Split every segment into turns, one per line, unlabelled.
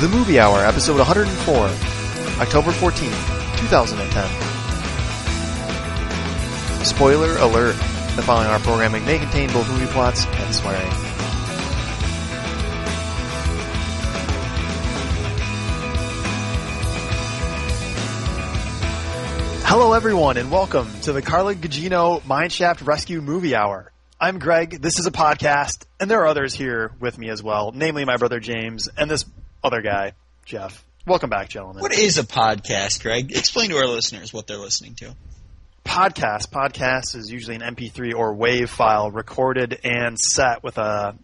The Movie Hour, episode 104, October 14th, 2010. Spoiler alert. The following our programming may contain both movie plots and swearing. Hello everyone and welcome to the Carla Gugino Mineshaft Rescue Movie Hour. I'm Greg, this is a podcast, and there are others here with me as well, namely my brother James and this other guy, Jeff. Welcome back, gentlemen.
What is a podcast, Greg? Explain to our listeners what they're listening to.
podcast. Podcast is usually an MP3 or WAV file recorded and set with a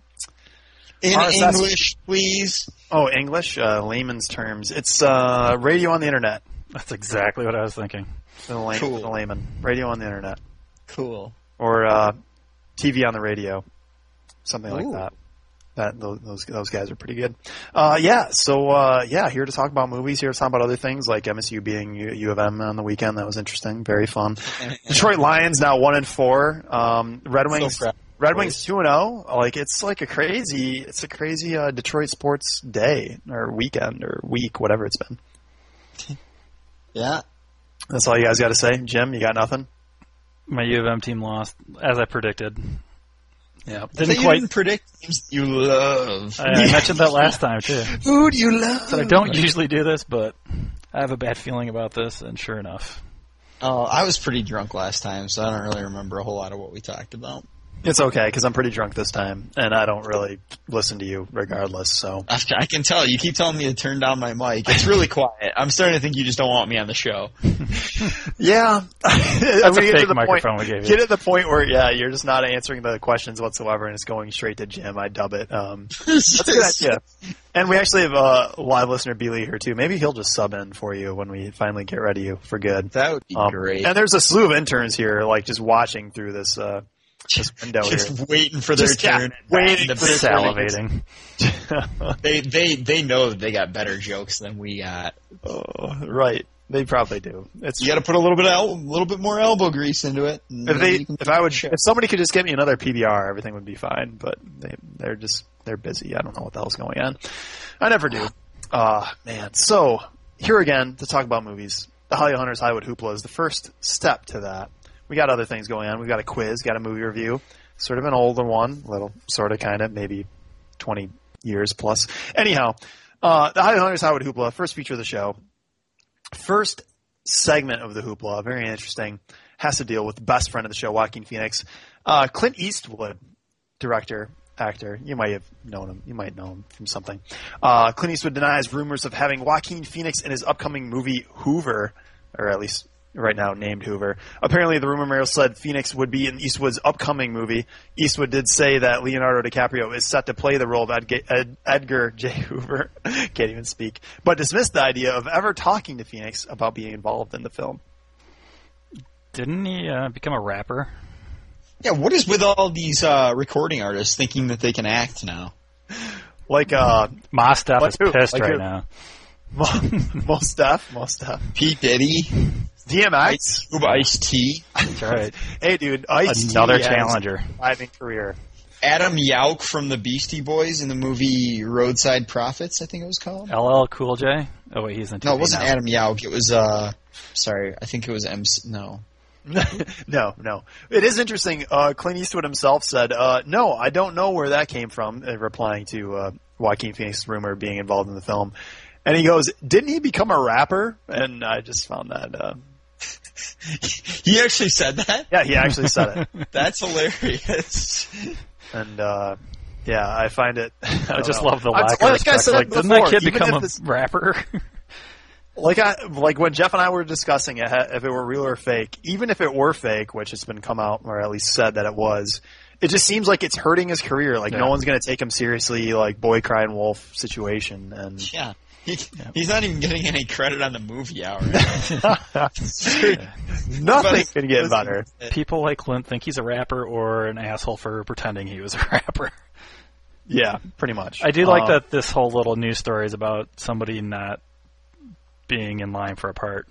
In
RSS.
English, please.
oh English uh, layman's terms. It's uh, radio on the internet.
That's exactly what I was thinking.
The, lay-
Cool.
the layman radio on the internet
Cool.
or uh, TV on the radio, something like
Ooh.
that. That tho- those those guys are pretty good. Uh, yeah, so uh, yeah, here to talk about movies. Here to talk about other things like MSU being U, U of M on the weekend. That was interesting, very fun. Detroit Lions now one and four. Um, Red Wings
proud.
Red Wings two and zero. Like it's like a crazy, it's a crazy uh, Detroit sports day or weekend or week, whatever it's been.
Yeah.
That's all you guys got to say, Jim. You got nothing.
My U of M team lost, as I predicted. Yeah,
But
didn't
you
quite.
didn't predict teams that you love.
I, I mentioned that last time too.
Who do you love?
So I don't usually do this, but I have a bad feeling about this, and sure enough,
Oh, I was pretty drunk last time, so I don't really remember a whole lot of what we talked about.
It's okay because I'm pretty drunk this time, and I don't really listen to you regardless. So
I I can tell. You keep telling me to turn down my mic. It's really quiet. I'm starting to think you just don't want me on the show.
yeah,
that's a fake microphone we gave you.
Get to the point where yeah, you're just not answering the questions whatsoever, and it's going straight to Jim. I dub it. Um,
That's
that's a good idea. And we actually have a live listener, Beely, here too. Maybe he'll just sub in for you when we finally get rid of you for good.
That would be
Um,
great.
And there's a slew of interns here, like just watching through this uh, this window here.
Just waiting for their
Just, yeah,
turn.
waiting
The
for
big winnings.
salivating.
They they they know they got better jokes than we got.
oh, right, they probably do. It's
You got to put a little bit el- a little bit more elbow grease into it. and
If
then
they,
you can-
if I would, if somebody could just get me another PBR, everything would be fine. But they, they're just, they're busy. I don't know what the hell's going on. I never do. Ah, man. So here again to talk about movies. The Hollywood Hunters Hollywood Hoopla is the first step to that. We got other things going on. We've got a quiz, got a movie review, sort of an older one, little, sort of, kind of, maybe 20 years plus. Anyhow, uh, the Hollywood Hunters Hollywood Hoopla, first feature of the show. First segment of the hoopla, very interesting, has to deal with best friend of the show, Joaquin Phoenix, uh, Clint Eastwood, director, actor. You might have known him. You might know him from something. Uh, Clint Eastwood denies rumors of having Joaquin Phoenix in his upcoming movie Hoover, or at least right now named Hoover. Apparently, the rumor mill said Phoenix would be in Eastwood's upcoming movie. Eastwood did say that Leonardo DiCaprio is set to play the role of Edga- Ed- Edgar J. Hoover. Can't even speak, but dismissed the idea of ever talking to Phoenix about being involved in the film.
Didn't he uh, become a rapper?
yeah, what is with all these uh, recording artists thinking that they can act now?
Like uh,
Mostaf
Like
is
who?
pissed
Like
right
who?
now.
most stuff, most stuff.
Pete Diddy,
DMX.
Cube Ice T,
That's right.
Hey, dude, Ice
Another challenger.
Diving career.
Adam Yauch from the Beastie Boys in the movie Roadside Prophets, I think it was called.
LL Cool J. Oh wait, he's in.
No,
TV
it wasn't
now.
Adam Yauch. It was uh, sorry, I think it was MC. No,
no, no. It is interesting. Uh, Clint Eastwood himself said, uh, "No, I don't know where that came from," uh, replying to uh, Joaquin Phoenix's rumor of being involved in the film. And he goes, "Didn't he become a rapper?" And I just found that. Uh,
he actually said that.
yeah, he actually said it.
That's hilarious.
And uh, yeah, I find it. I,
I
don't
just
know.
love the
I-
lack of
like I
respect.
said
Like, didn't that
before,
kid
even
become
if
a
this-
rapper?
like I like when Jeff and I were discussing it, ha- if it were real or fake. Even if it were fake, which it's been come out or at least said that it was, it just seems like it's hurting his career. Like no
Yeah.
one's gonna take him seriously. Like boy crying wolf situation, and
Yeah. He, he's not even getting any credit on the movie hour.
nothing's gonna get better.
uh,
People like Clint think he's a rapper or an asshole for pretending he was a rapper. Uh,
Yeah, pretty much.
I do like
Um,
that this whole little news story is about somebody not being in line for a part.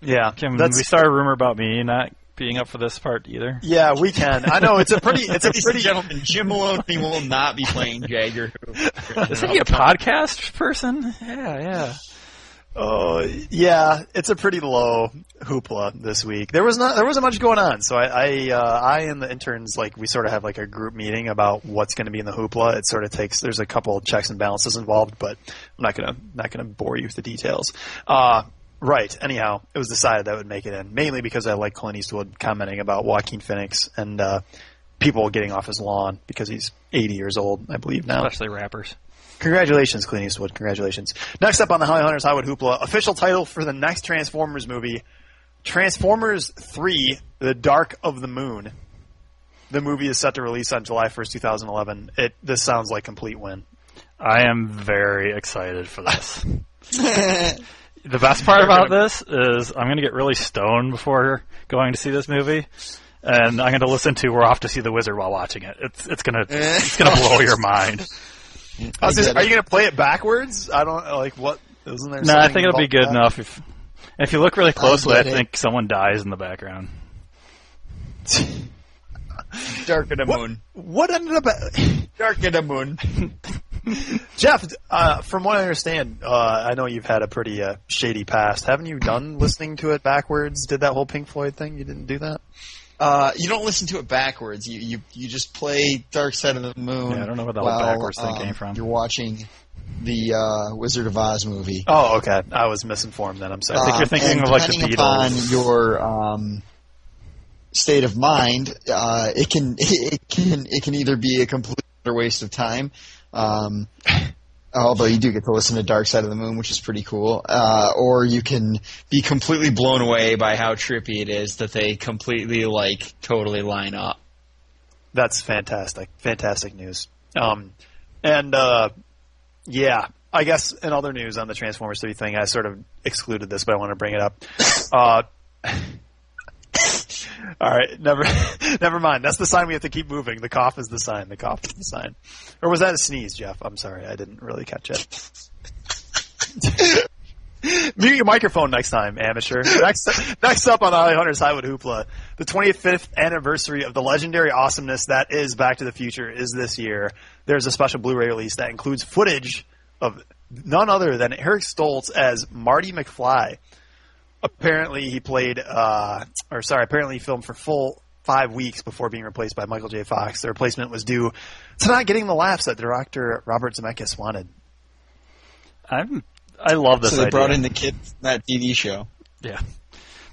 Yeah,
Kim,
that's
we started a rumor about me not being up for this part either.
Yeah, we can. I know it's a pretty it's a
Ladies and
pretty
gentlemen, Jim Maloney will not be playing Jagger.
Isn't he a podcast person? Yeah, yeah.
Oh yeah, it's a pretty low hoopla this week. There was not there wasn't much going on, so I I, uh, I and the interns like we sort of have like a group meeting about what's going to be in the hoopla. It sort of takes there's a couple of checks and balances involved, but I'm not gonna not gonna bore you with the details. Uh, right. Anyhow, it was decided that would make it in mainly because I like Clint Eastwood commenting about Joaquin Phoenix and uh, people getting off his lawn because he's 80 years old, I believe now.
Especially rappers.
Congratulations, Clint Eastwood. Congratulations. Next up on the Holly Hunters Hollywood Hoopla, official title for the next Transformers movie, Transformers 3, The Dark of the Moon. The movie is set to release on July 1st, 2011. It This sounds like complete win.
I am very excited for this.
That's
the best part about this is I'm going to get really stoned before going to see this movie, and I'm going to listen to "We're Off to See the Wizard" while watching it. It's it's gonna it's gonna blow your mind.
I was just- are you going to play it backwards? I don't, like, what? Isn't there
No, I
something
think it'll be
about
good
that?
enough. If if you look really closely, I
get it.
think someone dies in the background.
Dark of the
What,
Moon?
what ended up.
Dark of the Moon.
Jeff, uh, from what I understand, uh, I know you've had a pretty uh, shady past. Haven't you done listening to it backwards? Did that whole Pink Floyd thing? You didn't do that?
Uh, you don't listen to it backwards. You you you just play Dark Side of the Moon.
Yeah, I don't know where that whole
while,
backwards thing
um,
came from.
You're watching the uh, Wizard of Oz movie.
Oh, okay. I was misinformed then. I'm sorry.
think you're
Um,
thinking
and
of, like, the
depending
Beatles.
Upon your um, state of mind, uh, it can it can it can either be a complete waste of time. Um, although you do get to listen to Dark Side of the Moon, which is pretty cool, uh, or you can be completely blown away by how trippy it is that they completely like totally line up.
That's fantastic. Fantastic news. Um, and uh, yeah, I guess in other news on the Transformers 3 thing, I sort of excluded this, but I want to bring it up. Uh, all right, never, never mind. That's the sign we have to keep moving. The cough is the sign. The cough is the sign. Or was that a sneeze, Jeff? I'm sorry, I didn't really catch it. Mute your microphone next time, amateur. Next, next up on Ollie Hunter's Highwood Hoopla, the 25th anniversary of the legendary awesomeness that is Back to the Future is this year. There's a special Blu-ray release that includes footage of none other than Eric Stoltz as Marty McFly. Apparently, he played, uh, or sorry, apparently he filmed for full five weeks before being replaced by Michael J. Fox. The replacement was due to not getting the laughs that director Robert Zemeckis wanted.
I'm I love this.
so they
idea.
brought in the kid from that TV show.
Yeah.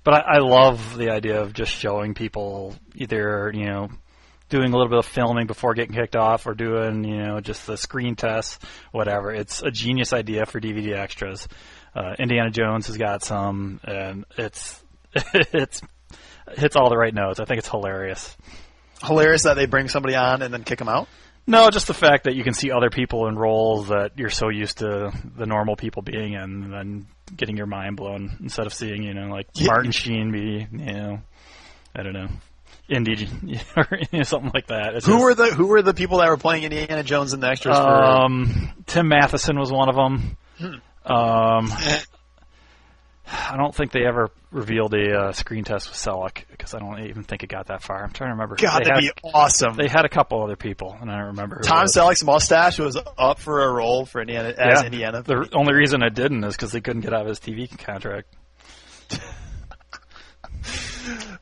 But I, I love the idea of just showing people either, you know, doing a little bit of filming before getting kicked off or doing, you know, just the screen test, whatever. It's a genius idea for DVD extras. Uh, Indiana Jones has got some, and it's, it's, hits all the right notes. I think it's hilarious.
Hilarious that they bring somebody on and then kick him out.
No, just the fact that you can see other people in roles that you're so used to the normal people being in, and then getting your mind blown instead of seeing, you know, like
Yeah.
Martin Sheen be, you know, I don't know, indie or you know, something like that. It's
Who
just-
were the Who were the people that were playing Indiana Jones in the extras? for,
um, Tim Matheson was one of them. Um, I don't think they ever revealed a uh, screen test with Selleck because I don't even think it got that far. I'm trying to remember. who-
God,
they
that'd
had,
be awesome.
they had a couple other people, and I don't remember. who it
Tom
was.
Selleck's mustache was up for a role for Indiana as
Yeah.
Indiana.
The r- only reason I didn't is because they couldn't get out of his TV contract.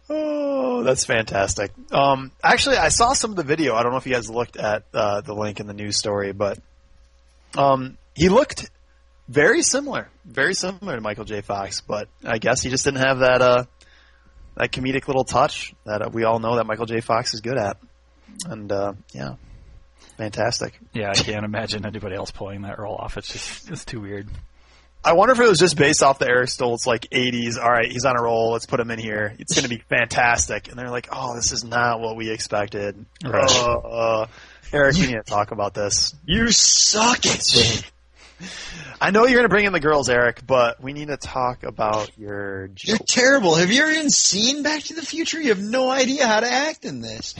Oh, that's fantastic. Um, actually, I saw some of the video. I don't know if you guys looked at uh, the link in the news story, but um, he looked very similar, very similar to Michael J. Fox. But I guess he just didn't have that uh, that comedic little touch that uh, we all know that Michael J. Fox is good at. And uh, yeah, fantastic.
Yeah, I can't imagine anybody else pulling that role off. It's just it's too weird.
I wonder if it was just based off the Eric Stoltz like '80s. All right, he's on a roll. Let's put him in here. It's going to be fantastic. And they're like, "Oh, this is not what we expected."
Right.
Uh, uh, Eric, we need to talk about this.
You suck at this.
I know you're going to bring in the girls, Eric, but we need to talk about your
You're
joke.
terrible. Have you ever even seen Back to the Future? You have no idea how to act in this.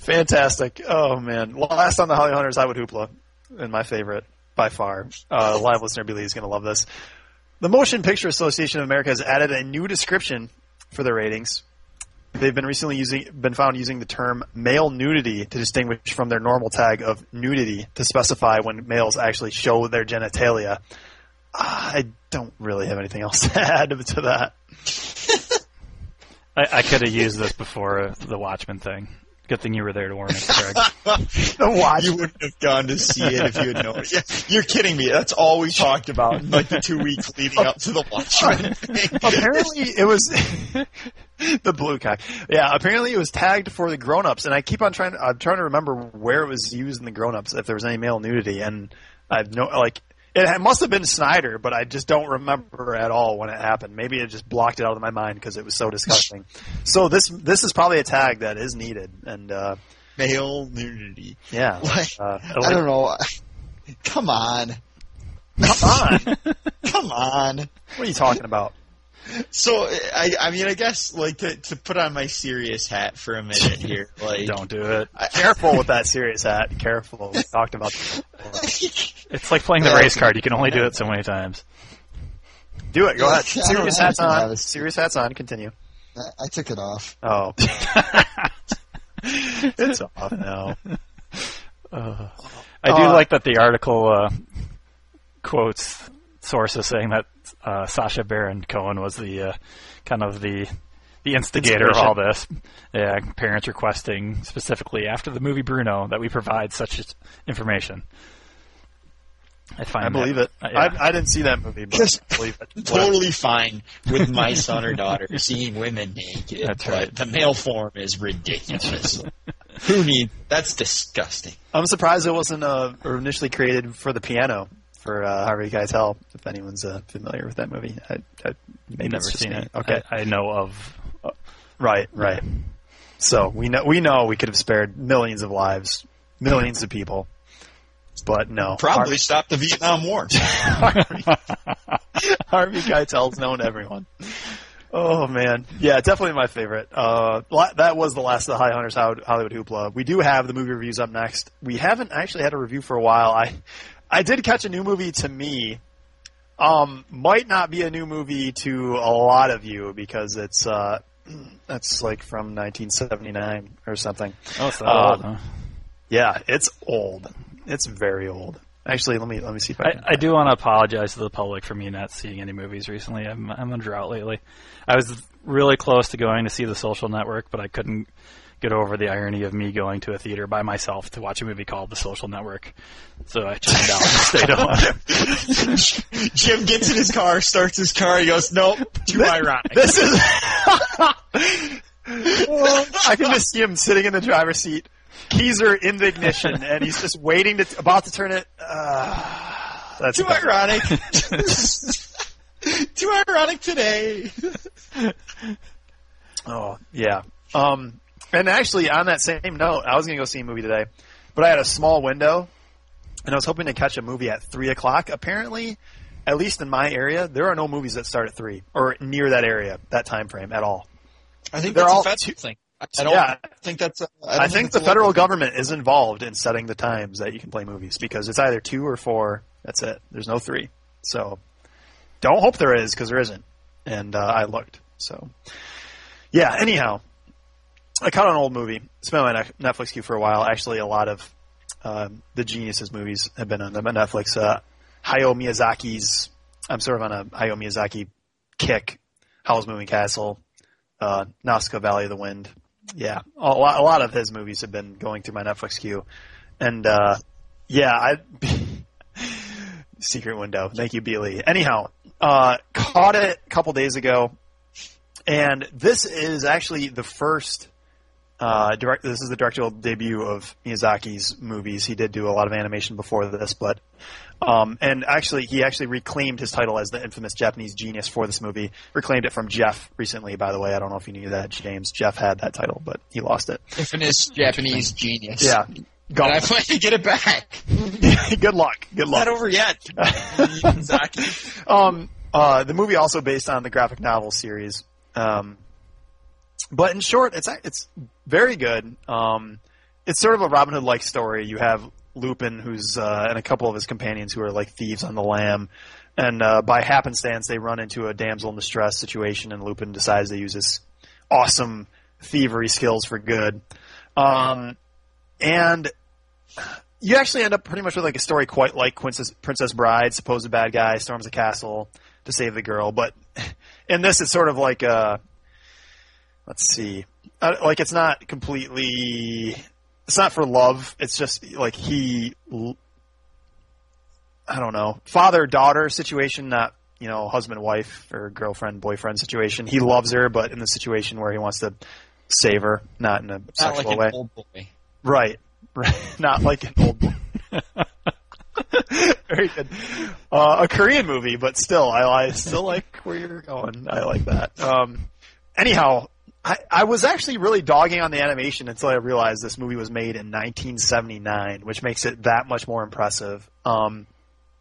Fantastic. Oh man, Well, last on the Holly Hunters, I would hoopla, and my favorite by far. Uh, live listener Billy is going to love this. The Motion Picture Association of America has added a new description for their ratings. They've been recently using been found using the term male nudity to distinguish from their normal tag of nudity to specify when males actually show their genitalia. Ah, I don't really have anything else to add to that.
I, I could have used this before uh, the Watchmen thing. Good thing you were there to warn us, Craig.
The watch
You wouldn't have gone to see it if you had known. it. Yeah, you're kidding me. That's all we talked about in like the two weeks leading up to the Watchmen.
apparently it was the blue cock. Yeah, apparently it was tagged for the grown-ups, and I keep on trying. I'm trying to remember where it was used in the grown-ups if there was any male nudity, and I've no like. It ha- must have been Snyder, but I just don't remember at all when it happened. Maybe it just blocked it out of my mind because it was so disgusting. so this this is probably a tag that is needed, and uh,
Male nudity.
yeah,
Like,
uh,
I don't know. Come on.
come on.
Come on.
What are you talking about?
So I, I mean, I guess like to, to put on my serious hat for a minute here. Like,
Don't do it.
Careful with that serious hat. Careful. We talked about this before.
It's like playing the
Yeah.
race card. You can only do it so many times.
Do it. Go ahead.
Yeah,
Serious
I don't
hats
think I
on.
was-
Serious hats on. Continue.
I, I took it off.
Oh. it's off now.
I do
Uh,
like that the article uh, quotes sources saying that uh, Sasha Baron Cohen was the uh, kind of the the instigator of all this. Yeah, parents requesting specifically after the movie Bruno that we provide such information. I find
I believe it.
that- yeah.
I, I didn't see that movie, but
Just
I believe it.
Totally fine with my son or daughter seeing women naked.
That's
but
right.
The male form is ridiculous. Who needs? That's disgusting.
I'm surprised it wasn't uh, initially created for the piano for uh, Harvey Keitel. If anyone's uh, familiar with that movie, I, I maybe
I've never
it's just
seen
me.
it.
Okay,
I, I know of.
right, right. So we know we know we could have spared millions of lives, millions of people, but no,
Probably stopped the Vietnam War.
Harvey Keitel's known to everyone. Oh man, yeah, definitely my favorite. Uh, la- that was the last of the High Hunters Hol- Hollywood Hoopla. We do have the movie reviews up next. We haven't actually had a review for a while. I, I did catch a new movie to me. Um, might not be a new movie to a lot of you because it's uh, that's like from 1979 or something.
Oh, so
old, Yeah, it's old. It's very old. Actually, let me let me see if I
I,
can.
I do want to apologize to the public for me not seeing any movies recently. I'm I'm on drought lately. I was really close to going to see The Social Network, but I couldn't get over the irony of me going to a theater by myself to watch a movie called The Social Network. So I tuned out and stayed home.
Jim gets in his car, starts his car. He goes, "Nope, too ironic."
This is. I can just see him sitting in the driver's seat, keys are in the ignition, and he's just waiting to about to turn it. Uh, that's
Too ironic. Too ironic today.
Oh yeah. Um, and actually, on that same note, I was going to go see a movie today, but I had a small window, and I was hoping to catch a movie at three o'clock. Apparently, at least in my area, there are no movies that start at three or near that area, that time frame at all.
I think
They're
that's
all-
a federal thing. I I don't
Yeah.
think that's. A, I, don't
I think
that's
the
a
federal
local-
government is involved in setting the times that you can play movies because it's either two or four. That's it. There's no three. So don't hope there is because there isn't. And uh, I looked. So yeah. Anyhow, I caught an old movie. It's been on my Ne- Netflix queue for a while. Actually, a lot of um, the geniuses movies have been on the Netflix. Uh, Hayao Miyazaki's. I'm sort of on a Hayao Miyazaki kick. Howl's Moving Castle, uh, Nausicaa Valley of the Wind. Yeah, a lot, a lot of his movies have been going through my Netflix queue, and uh, yeah, I Secret Window. Thank you, Beely. Anyhow, uh, caught it a couple days ago, and this is actually the first. Uh, direct, this is the directorial debut of Miyazaki's movies. He did do a lot of animation before this, but um, and actually, he actually reclaimed his title as the infamous Japanese genius for this movie. Reclaimed it from Jeff recently, by the way. I don't know if you knew that, James. Jeff had that title, but he lost it.
Infamous Japanese genius.
Yeah.
And I
Gone.
plan to get it back.
Good luck. Good luck.
Not over yet. Miyazaki.
Um, uh, the movie also based on the graphic novel series. Um, but in short, it's it's very good. Um, it's sort of a Robin Hood like story. You have Lupin, who's uh, and a couple of his companions who are like thieves on the lam, And uh, by happenstance, they run into a damsel in distress situation, and Lupin decides to use his awesome thievery skills for good. Um, and you actually end up pretty much with like a story quite like Princess, Princess Bride, supposed bad guy storms a castle to save the girl, but in this it's sort of like a let's see, uh, like it's not completely, it's not for love. It's just like he, l- I don't know, father daughter situation, not you know husband wife or girlfriend boyfriend situation. He loves her, but in the situation where he wants to save her, not in a
Not
sexual
like
way,
an old boy.
right? Right, not like an old. Very good. Uh, a Korean movie, but still, I, I still like where you're going. I like that. Um, anyhow, I, I was actually really dogging on the animation until I realized this movie was made in 1979, which makes it that much more impressive. Um,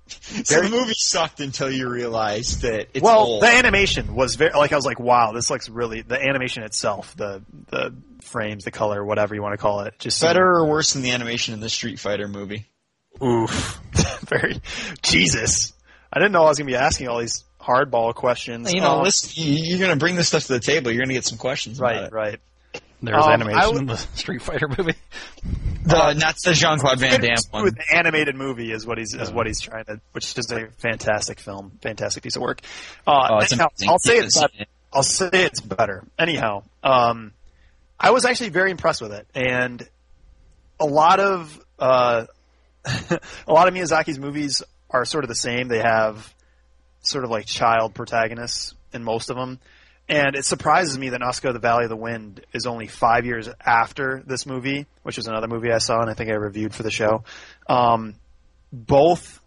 So the movie sucked until you realized that it's
well,
old.
the animation was very like I was like, wow, this looks really. The animation itself, the the frames, the color, whatever you want to call it, just seemed-
Better or worse than the animation in the Street Fighter movie?
Oof, very Jesus. I didn't know I was gonna be asking all these hardball questions.
You know,
Um,
listen, Oh, you- you're going to bring this stuff to the table. You're going to get some questions about
right,
it.
right.
There's
Um,
animation
I would-
in the Street Fighter movie.
The, Uh, not the Jean Claude Van Damme
With
one.
an animated movie is what he's is what he's trying to, which is a fantastic film, fantastic piece of work. Uh,
Oh, it's
anyhow,
amazing.
I'll say
You've
it's
seen
better.
it.
I'll say it's better. Anyhow, um, I was actually very impressed with it, and a lot of uh, a lot of Miyazaki's movies are sort of the same. They have sort of like child protagonists in most of them. And it surprises me that Oscar the Valley of the Wind is only five years after this movie, which was another movie I saw and I think I reviewed for the show. Um, both,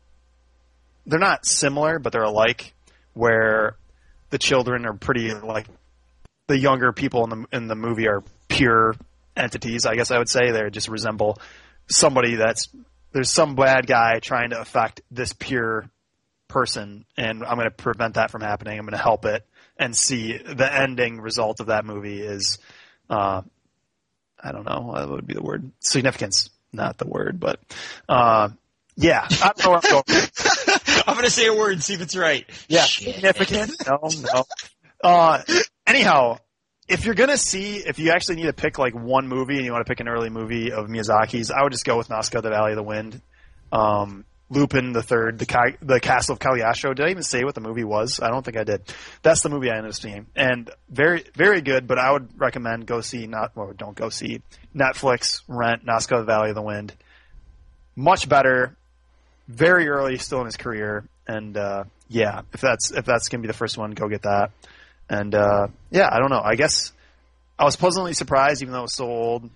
they're not similar, but they're alike, where the children are pretty like the younger people in the in the movie are pure entities. I guess I would say they just resemble somebody that's there's some bad guy trying to affect this pure person, and I'm going to prevent that from happening. I'm going to help it, and see the ending result of that movie is, uh, I don't know what would be the word significance, not the word, but uh, yeah, I don't know where I'm going.
I'm going to say a word and see if it's right.
Yeah,
Shit.
significant. No, no. Uh, anyhow, if you're gonna see, if you actually need to pick like one movie and you want to pick an early movie of Miyazaki's, I would just go with Nazca: The Valley of the Wind, um, Lupin the Third, the Ca- the Castle of Cagliostro. Did I even say what the movie was? I don't think I did. That's the movie I ended up seeing, and very very good. But I would recommend go see not well, don't go see Netflix rent Nazca: The Valley of the Wind. Much better very early still in his career and uh, yeah if that's if that's gonna be the first one go get that and uh, yeah i don't know i guess i was pleasantly surprised even though it was so old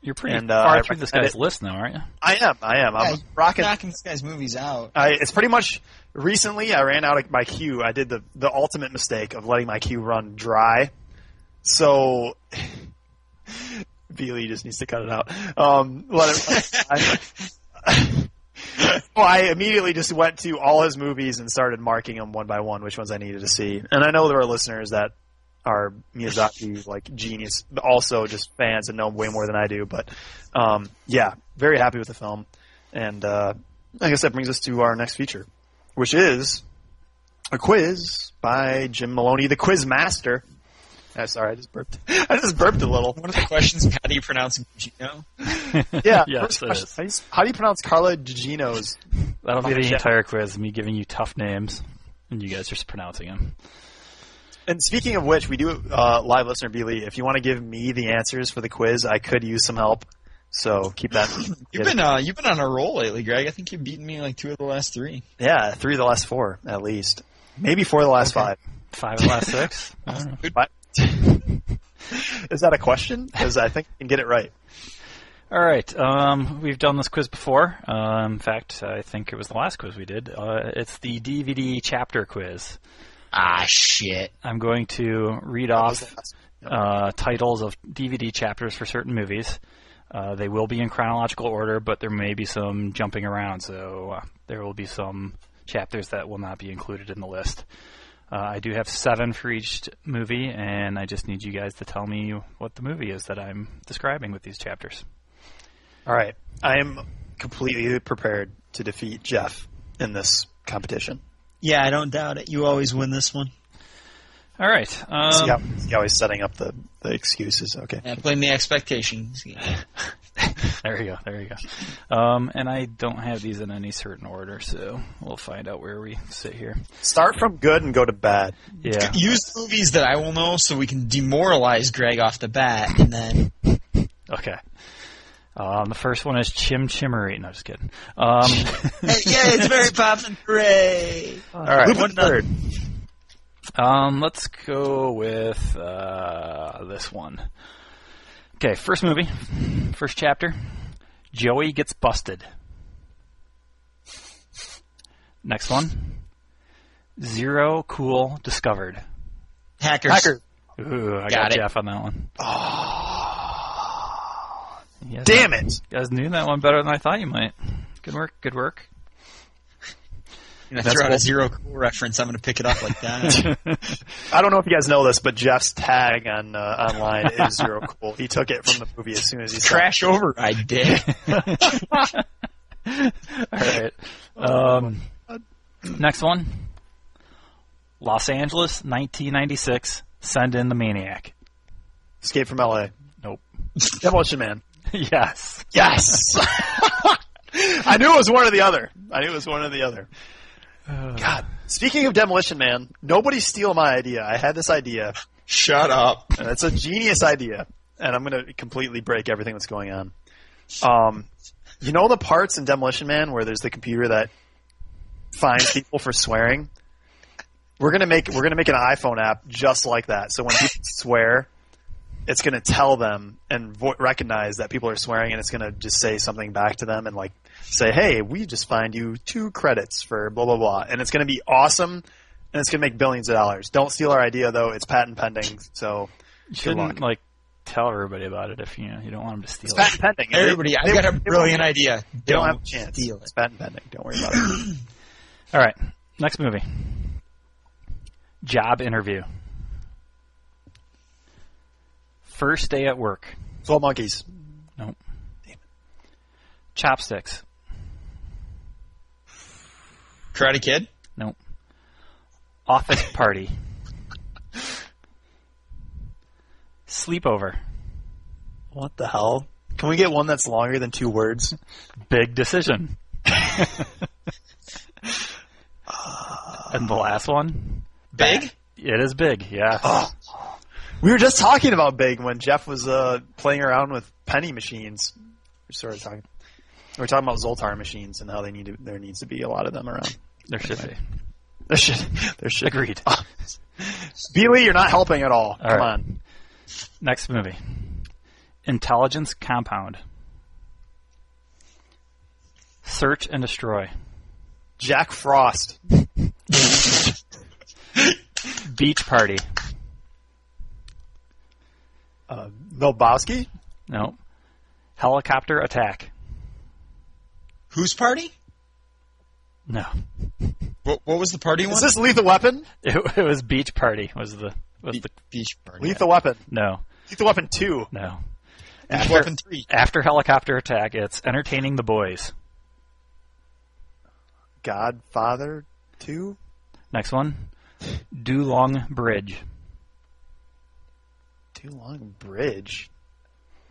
You're pretty
And, uh,
far
I
through this
recommend
guy's list now, aren't you?
i am i am i'm
Yeah,
rocking
Knocking this guy's movies out.
I, it's pretty much recently I ran out of my queue. I did the, the ultimate mistake of letting my queue run dry. So Beely just needs to cut it out. Um, let it run dry. well, I immediately just went to all his movies and started marking them one by one, which ones I needed to see. And I know there are listeners that are Miyazaki like genius, but also just fans and know way more than I do. But um, yeah, very happy with the film. And uh, I guess that brings us to our next feature, which is a quiz by Jim Maloney, the quiz master. Ah, sorry, I just burped. I just burped a little.
One of the questions, how do you pronounce Gugino?
Yeah.
Yes,
first
it
question,
is.
how do you- How do you pronounce Carla Gugino's?
That'll be
Fuck
the
yeah.
entire quiz. Me giving you tough names, and you guys just pronouncing them.
And speaking of which, we do uh, live listener Beely. If you want to give me the answers for the quiz, I could use some help. So keep that.
You've been uh, you've been on a roll lately, Greg. I think you've beaten me in, like two of the last three.
yeah, three of the last four at least, maybe four of the last five.
Five of the last six. I don't know.
What? Is that a question? Because I think I can get it right.
All right, um, we've done this quiz before. Uh, in fact, I think it was the last quiz we did. Uh, it's the DVD chapter quiz.
Ah, shit.
I'm going to read off uh, titles of DVD chapters for certain movies. Uh, they will be in chronological order, but there may be some jumping around, so uh, there will be some chapters that will not be included in the list. Uh, I do have seven for each movie, and I just need you guys to tell me what the movie is that I'm describing with these chapters.
All right, I am completely prepared to defeat Jeff in this competition.
Yeah, I don't doubt it. You always win this one.
All right. Um,
See how, see how he's setting up the, the excuses. Okay.
Yeah, blame the expectations.
There you go. There you go. Um, and I don't have these in any certain order, so we'll find out where we sit here.
Start from good and go to bad.
Yeah.
Use movies that I will know so we can demoralize Greg off the bat, and then
Okay. Um, the first one is Chim Chimmery. No, just kidding. Um,
yeah, it's very poppin' hooray!
Oh.
All right.
Lupin
third.
um, let's go with uh, this one. Okay, first movie, first chapter. Joey gets busted. Next one. Zero cool discovered.
Hackers.
Hacker.
Ooh, I got,
Got it.
Jeff on that one. Oh.
Damn it.
You guys knew that one better than I thought you might. Good work, good work.
I'm gonna throw out a zero cool reference. I'm gonna pick it up like that.
I don't know if you guys know this, but Jeff's tag on uh, online is zero cool. He took it from the movie as soon as he saw it.
Crash over, I did.
All right. Um, next one. Los Angeles, 1996. Send in the maniac.
Escape from LA.
Nope.
Demolition Man.
yes.
Yes. I knew it was one or the other. I knew it was one or the other. God. Speaking of Demolition Man, nobody steal my idea. I had this idea.
Shut up.
And it's a genius idea. And I'm going to completely break everything that's going on. Um, you know the parts in Demolition Man where there's the computer that fines people for swearing? We're gonna make we're gonna make an iPhone app just like that. So when people swear, it's gonna tell them and vo- recognize that people are swearing, and it's gonna just say something back to them and like say, "Hey, we just fined you two credits for blah blah blah," and it's gonna be awesome, and it's gonna make billions of dollars. Don't steal our idea though; it's patent pending. So
You
luck.
shouldn't, like, tell everybody about it if you, you don't want them to steal it.
patent pending. They-
Everybody, I
they-
got a
they won't-
brilliant idea.
They don't
Don't
have a chance.
steal it.
It's patent pending. Don't worry about it.
All right. Next movie. Job interview. First day at work.
Full monkeys.
Nope. Chopsticks.
Karate Kid.
Nope. Office party. Sleepover.
What the hell? Can we get one that's longer than two words?
Big decision. and the last one. Ah.
Big.
It is big, yeah.
We were just talking about Big when Jeff was uh, playing around with penny machines. We started talking. We were talking about Zoltar machines and how they need to, there needs to be a lot of them around.
There should be. Ah.
There should. There should.
Agreed.
Beely, you're not helping at all. Come
right.
on.
Next movie. Intelligence Compound. Search and Destroy.
Jack Frost.
Beach Party.
Uh, Milbowski.
Nope. Helicopter Attack.
Whose party?
No.
What, what was the party one?
Is this Lethal Weapon?
It, it was Beach Party was the was the
Beach party.
Lethal Weapon.
no
Lethal Weapon 2.
no
Beach Weapon Three.
after helicopter attack it's entertaining the boys.
Godfather 2?
Next one, Dulong Bridge.
Too long bridge.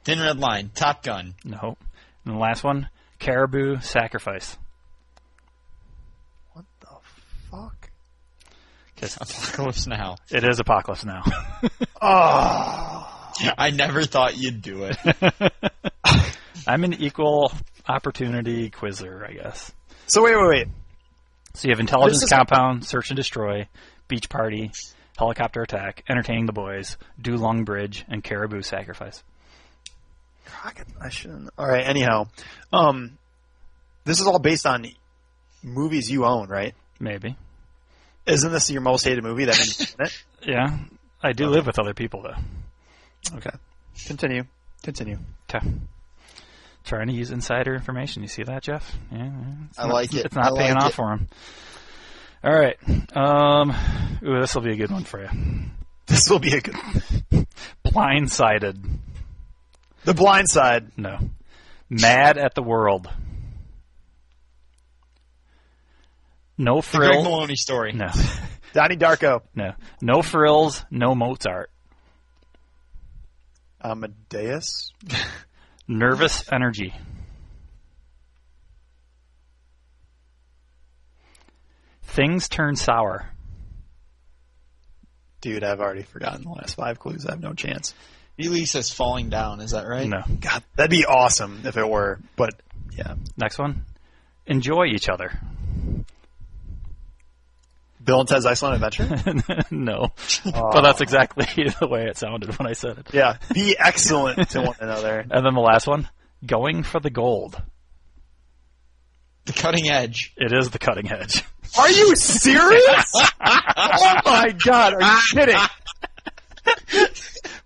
Thin Red Line. Top Gun.
No, and the last one, Caribou Sacrifice.
What the fuck?
'Cause
Apocalypse Now.
it is apocalypse now.
Oh,
I never thought you'd do it.
I'm an equal opportunity quizzer, I guess.
so wait, wait, wait.
So you have intelligence
This is-
compound, search and destroy, beach party, helicopter attack, entertaining the boys, Dulong Bridge, and Caribou Sacrifice.
Crockett, I shouldn't. All right. Anyhow, um, this is all based on movies you own, right?
Maybe.
Isn't this your most hated movie? That means you own it.
Yeah, I do live with other people though.
Okay. Continue. Continue.
Okay. Trying to use insider information. You see that, Jeff? Yeah, yeah. It's
I
not-
like it.
It's not
I
paying
like
off
it.
for him. All right. Um, ooh, this will be a good one for you.
This will be a good.
Blindsided.
The Blind Side.
No. Mad at the world. no
The Greg
frills.
Maloney story.
No,
Donnie Darko,
no, no frills. No Mozart.
Amadeus,
Nervous energy. Things turn sour.
dude. I've already forgotten the last five clues. I have no chance.
Lee says falling down. Is that right?
No.
God, that'd be awesome if it were, but yeah.
Next one. Enjoy each other.
Bill and Ted's Iceland Adventure.
no. But that's exactly the way it sounded when I said it.
Yeah, be excellent to one another.
And then the last one. Going for the gold.
The cutting edge.
It is the cutting edge.
Are you serious? oh my god, are you kidding?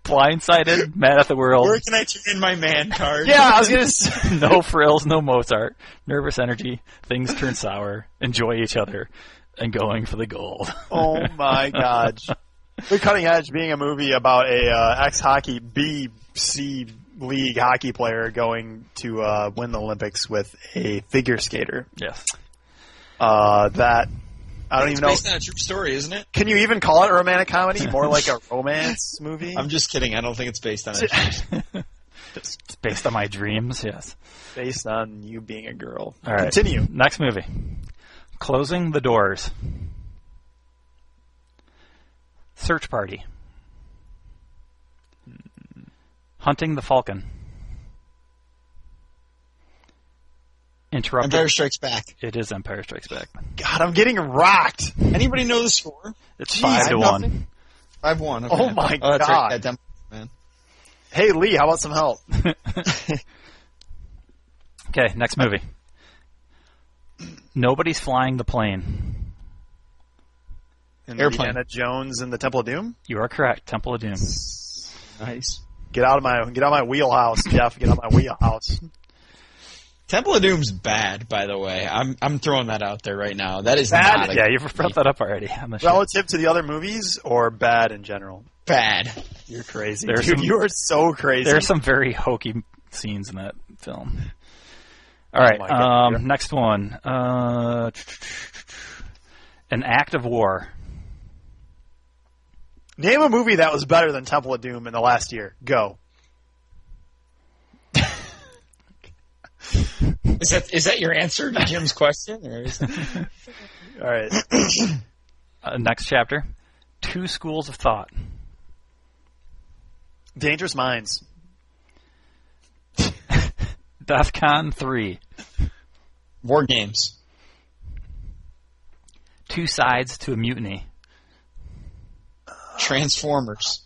Blindsided, mad at the
Where
world,
can I turn in my man card?
Yeah, I was gonna. Say,
no frills, no Mozart, nervous energy, things turn sour, enjoy each other, and going for the gold.
oh my god, The Cutting Edge being a movie about a uh, ex hockey B C league hockey player going to uh, win the Olympics with a figure skater.
Yes.
Uh, that I don't
It's
even know.
based on a true story, isn't it?
Can you even call it a romantic comedy? More like a romance movie.
I'm just kidding. I don't think it's based on it.
It's based on my dreams, yes.
based on you being a girl.
All right.
Continue.
Next movie. Closing the doors. Search party. Hunting the Falcon. Interrupted.
Empire Strikes Back.
It is Empire Strikes Back.
God, I'm getting rocked.
Anybody know the score?
It's five to
I'm
one.
I've won.
Oh my
oh, that's
God.
Right. That demo, man.
Hey Lee, how about some help?
Okay, next movie. Nobody's flying the plane.
Airplane.
Indiana Jones and the Temple of Doom.
You are correct. Temple of Doom.
Nice.
Get out of my get out of my wheelhouse, Jeff. Get out of my wheelhouse.
Temple of Doom's bad, by the way. I'm I'm throwing that out there right now. That is
Bad?
not a
yeah, you've brought that up already. on the show.
Relative to the other movies, or bad in general.
bad.
You're crazy,
There's
dude.
some-
you are so crazy.
There are some very hokey scenes in that film. All right,
Oh my God.
um, next one. Uh, an act of war.
Name a movie that was better than Temple of Doom in the last year. Go.
Is that is that your answer to Jim's question? Or is
All right.
Uh, next chapter. Two schools of thought.
Dangerous Minds.
DEFCON three.
War games.
Two sides to a mutiny.
Transformers.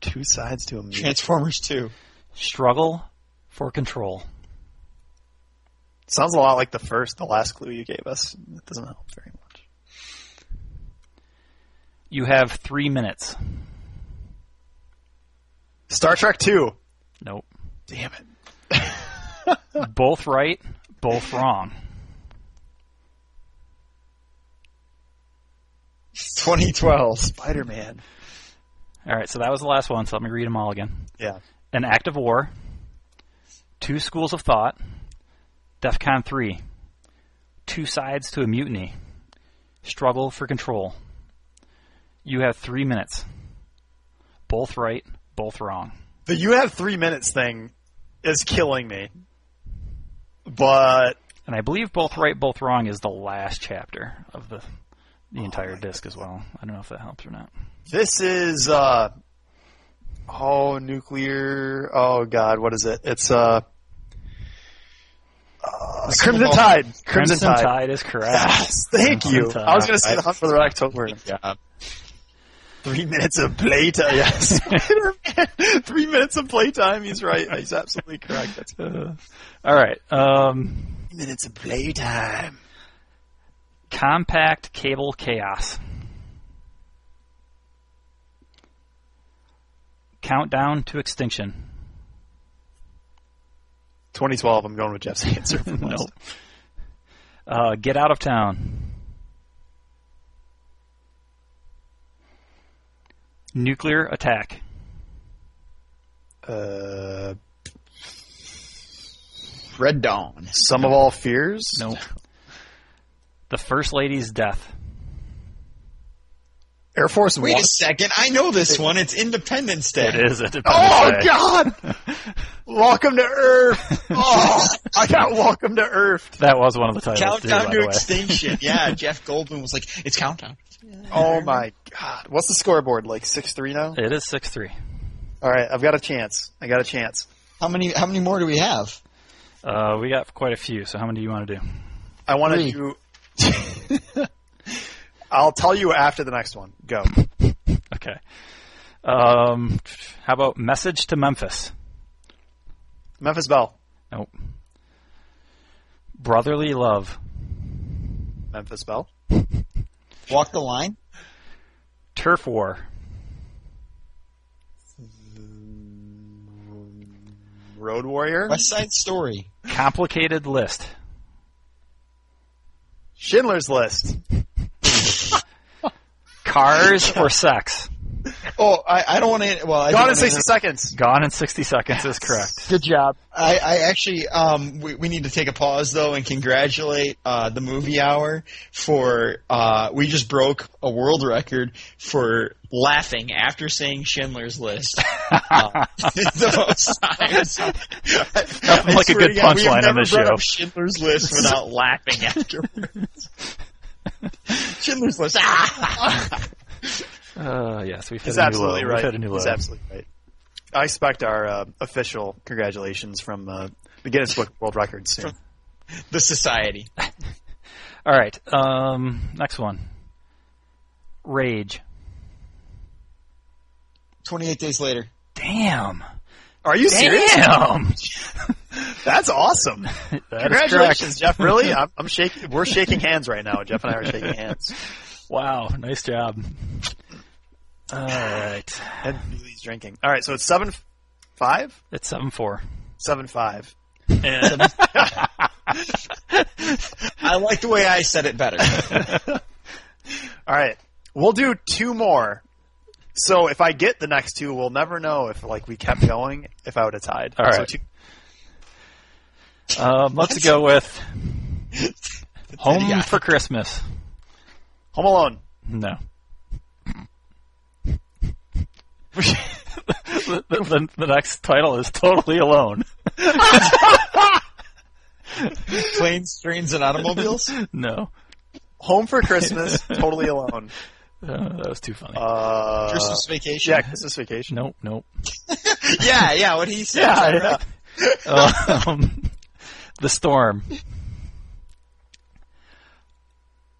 Two sides to a movie.
Transformers 2.
Struggle for control.
Sounds a lot like the first, the last clue you gave us. It doesn't help very much.
You have three minutes.
Star Trek Two.
Nope.
Damn it.
Both right, both wrong.
2012.
Spider Man.
All right, so that was the last one. So let me read them all again.
Yeah.
An act of war, two schools of thought, DEFCON 3, two sides to a mutiny, struggle for control. You have three minutes. Both right, both wrong.
The you have three minutes thing is killing me. But
And I believe both right, both wrong is the last chapter of the the entire disc as well. I don't know if that helps or not.
this is uh oh nuclear oh god, what is it? It's uh, uh Crimson
Snowball.
Tide. Crimson,
Crimson
Tide.
Tide is correct.
Yes, thank you.
Crimson
I was going to say
Tide.
the Hunt for the Red October.
Yeah.
Three minutes of playtime. Yes, Spider-Man. Three minutes of playtime. He's right. He's absolutely correct. That's good.
Uh, all right. Um,
Three minutes of playtime.
compact cable chaos. Countdown to extinction.
2012. I'm going with Jeff's answer. from last
Nope. Uh, get out of town. Nuclear attack.
Uh,
Red Dawn.
Some of all fears.
Nope. The First Lady's Death.
Air Force
Wait
One.
a second. I know this one. It's Independence Day.
It is. It
Oh God! Welcome to Earth. Oh, I got Welcome to Earth.
That was one of the titles. too, by
Countdown
the
to
way.
Extinction. Yeah, Jeff Goldblum was like, it's Countdown.
Oh my God! What's the scoreboard like? Six three now.
It is six three.
All right, I've got a chance. I got a chance.
How many? How many more do we have?
Uh, we got quite a few. So how many do you want to do?
I want
Three.
to do. I'll tell you after the next one. Go.
Okay. Um, how about Message to Memphis?
Memphis Bell.
Nope. Brotherly Love.
Memphis Bell.
Walk the line.
Turf War.
Road Warrior.
West Side Story.
Complicated List.
Schindler's List.
Cars or Sex?
Oh, I, I don't want to. Well, I
Gone
do
in
wanna
sixty
interrupt.
seconds.
Gone in 60 Seconds is correct.
Good job.
I, I actually, um, we, we need to take a pause though and congratulate uh, the movie hour for uh, we just broke a world record for laughing after saying Schindler's List. Uh, the most times.
Nothing like a good punchline on
the
this show.
Schindler's List without laughing afterwards. Schindler's List. Ah!
Uh, yes, we've hit
He's
a new
absolutely
low.
right.
We've hit a new uh,
He's
low.
absolutely right. I expect our uh, official congratulations from uh, the Guinness Book of World Records soon.
the Society.
All right. Um, next one. Rage.
Twenty-eight days later.
Damn.
Are you serious?
Damn.
That's awesome.
That is
Congratulations,
correct.
Jeff. Really, I'm, I'm shaking. We're shaking hands right now. Jeff and I are shaking hands.
Wow. Nice job. All right.
And Billy's drinking. All right, so it's seven, f- five,
It's seven four.
seven five.
I like the way I said it better.
All right, we'll do two more. So if I get the next two, we'll never know if like we kept going if I would have tied.
All
so
right.
two-
Um, let's go with Home
Yeah.
for Christmas.
Home Alone.
No. the, the, the next title is Totally Alone.
Planes, trains, and automobiles.
No.
Home for Christmas, totally alone.
Uh, that was too funny.
Uh,
Christmas vacation.
yeah, Christmas vacation.
nope, nope.
Yeah, yeah. What he said.
Yeah,
um, the storm.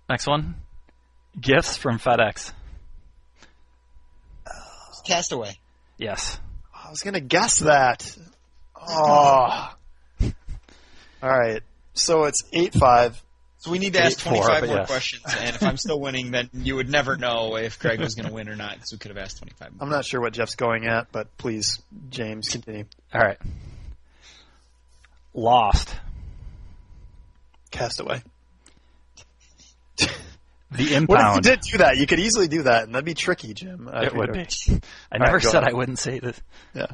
Next one. Gifts from FedEx.
Castaway.
Yes.
I was gonna guess that. Oh. All right. So it's eight five.
So we need to ask
Eight, four,
25
but
more
yes.
questions, and if I'm still winning, then you would never know if Craig was going to win or not, because we could have asked 25 more.
I'm not sure what Jeff's going at, but please, James, continue.
All right. Lost.
Castaway.
The
What if you
impound.
did do that? You could easily do that, and that'd be tricky, Jim. I
It would be.
figure.
I
right,
never
go
said
ahead.
I wouldn't say this.
Yeah.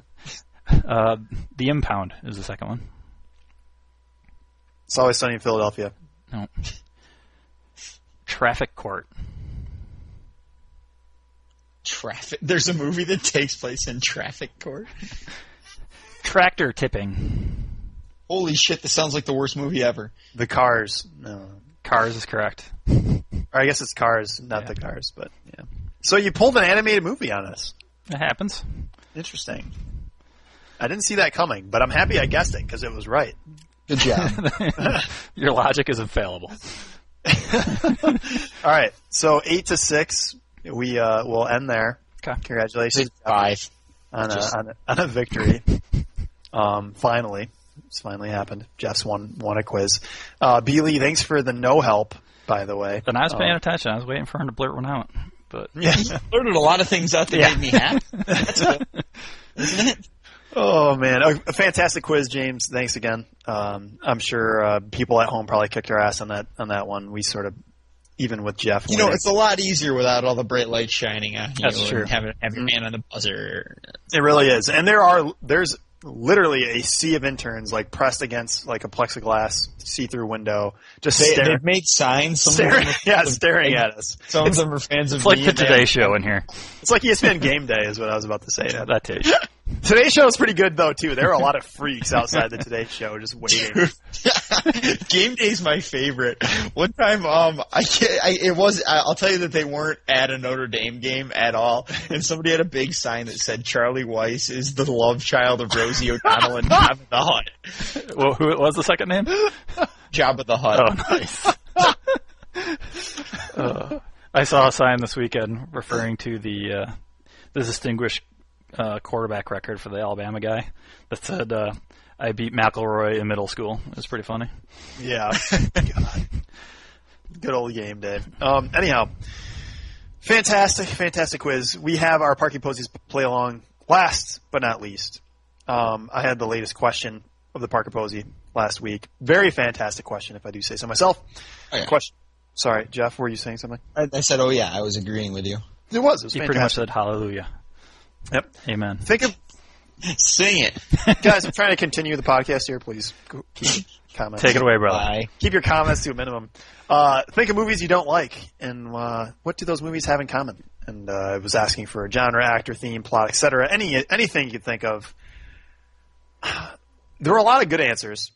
Uh, the impound is the second one.
It's always sunny in Philadelphia.
No. Traffic court.
Traffic. There's a movie that takes place in traffic court.
Tractor tipping.
Holy shit, this sounds like the worst movie ever.
The cars. No.
Cars is correct.
Or I guess it's cars, not
Yeah.
the cars, but yeah. So you pulled an animated movie on us.
It happens.
Interesting. I didn't see that coming, but I'm happy I guessed it because it was right.
Good job.
Your logic is infallible.
All right, so eight to six, we uh, will end there.
Okay.
Congratulations
Five.
on a, on a, on a victory. Um, finally, it's finally happened. Jeff's won won a quiz. Uh, Beely, thanks for the no help, by the way.
And I was
Um,
paying attention. I was waiting for him to blurt one out. But
yeah.
Learned a lot of things out that
Yeah.
made me happy. That's good. Isn't it?
Oh man, a, a fantastic quiz, James. Thanks again. Um, I'm sure uh, people at home probably kicked our ass on that on that one. We sort of, even with Jeff,
You know,
winning.
it's a lot easier without all the bright lights shining on you
That's
and
true.
having having a man on the buzzer.
It really is, and there are there's literally a sea of interns like pressed against like a plexiglass see-through window, just
They,
staring,
they've made signs. Some of
staring,
them,
yeah, staring at us.
some of them are fans of
It's like
me
the
and they-
Today Show in here.
It's like E ESPN Game Day is what I was about to say. Ed.
That too.
Today's show is pretty good though too. There are a lot of freaks outside the Today Show just waiting.
Game day's my favorite. One time, um, I, can't- I it was I- I'll tell you that they weren't at a Notre Dame game at all, and somebody had a big sign that said Charlie Weiss is the love child of Rosie O'Donnell and Jabba the Hutt.
well, who was the second name?
Jabba the Hutt.
Oh, nice. Uh, I saw a sign this weekend referring to the uh, the distinguished uh, quarterback record for the Alabama guy that said, uh, "I beat McElroy in middle school." It was pretty funny.
Yeah. God. Good old game day. Um, anyhow, fantastic, fantastic quiz. We have our Parky Posies play along. Last but not least, um, I had the latest question of the Parker Posey last week. Very fantastic question, if I do say so myself.
Oh, yeah.
Question. Sorry, Jeff, were you saying something?
I, I said, "Oh yeah, I was agreeing with you."
Uh, It was. It was
He pretty much
fantastic.
said, "Hallelujah."
Yep.
Amen.
Think of
Sing it.
guys. I'm trying to continue the podcast here. Please go- keep comments.
Take it away, brother.
Bye.
keep your comments to a minimum. Uh, think of movies you don't like, and uh, what do those movies have in common? And uh, I was asking for a genre, actor, theme, plot, etc. Any anything you could think of. There were a lot of good answers.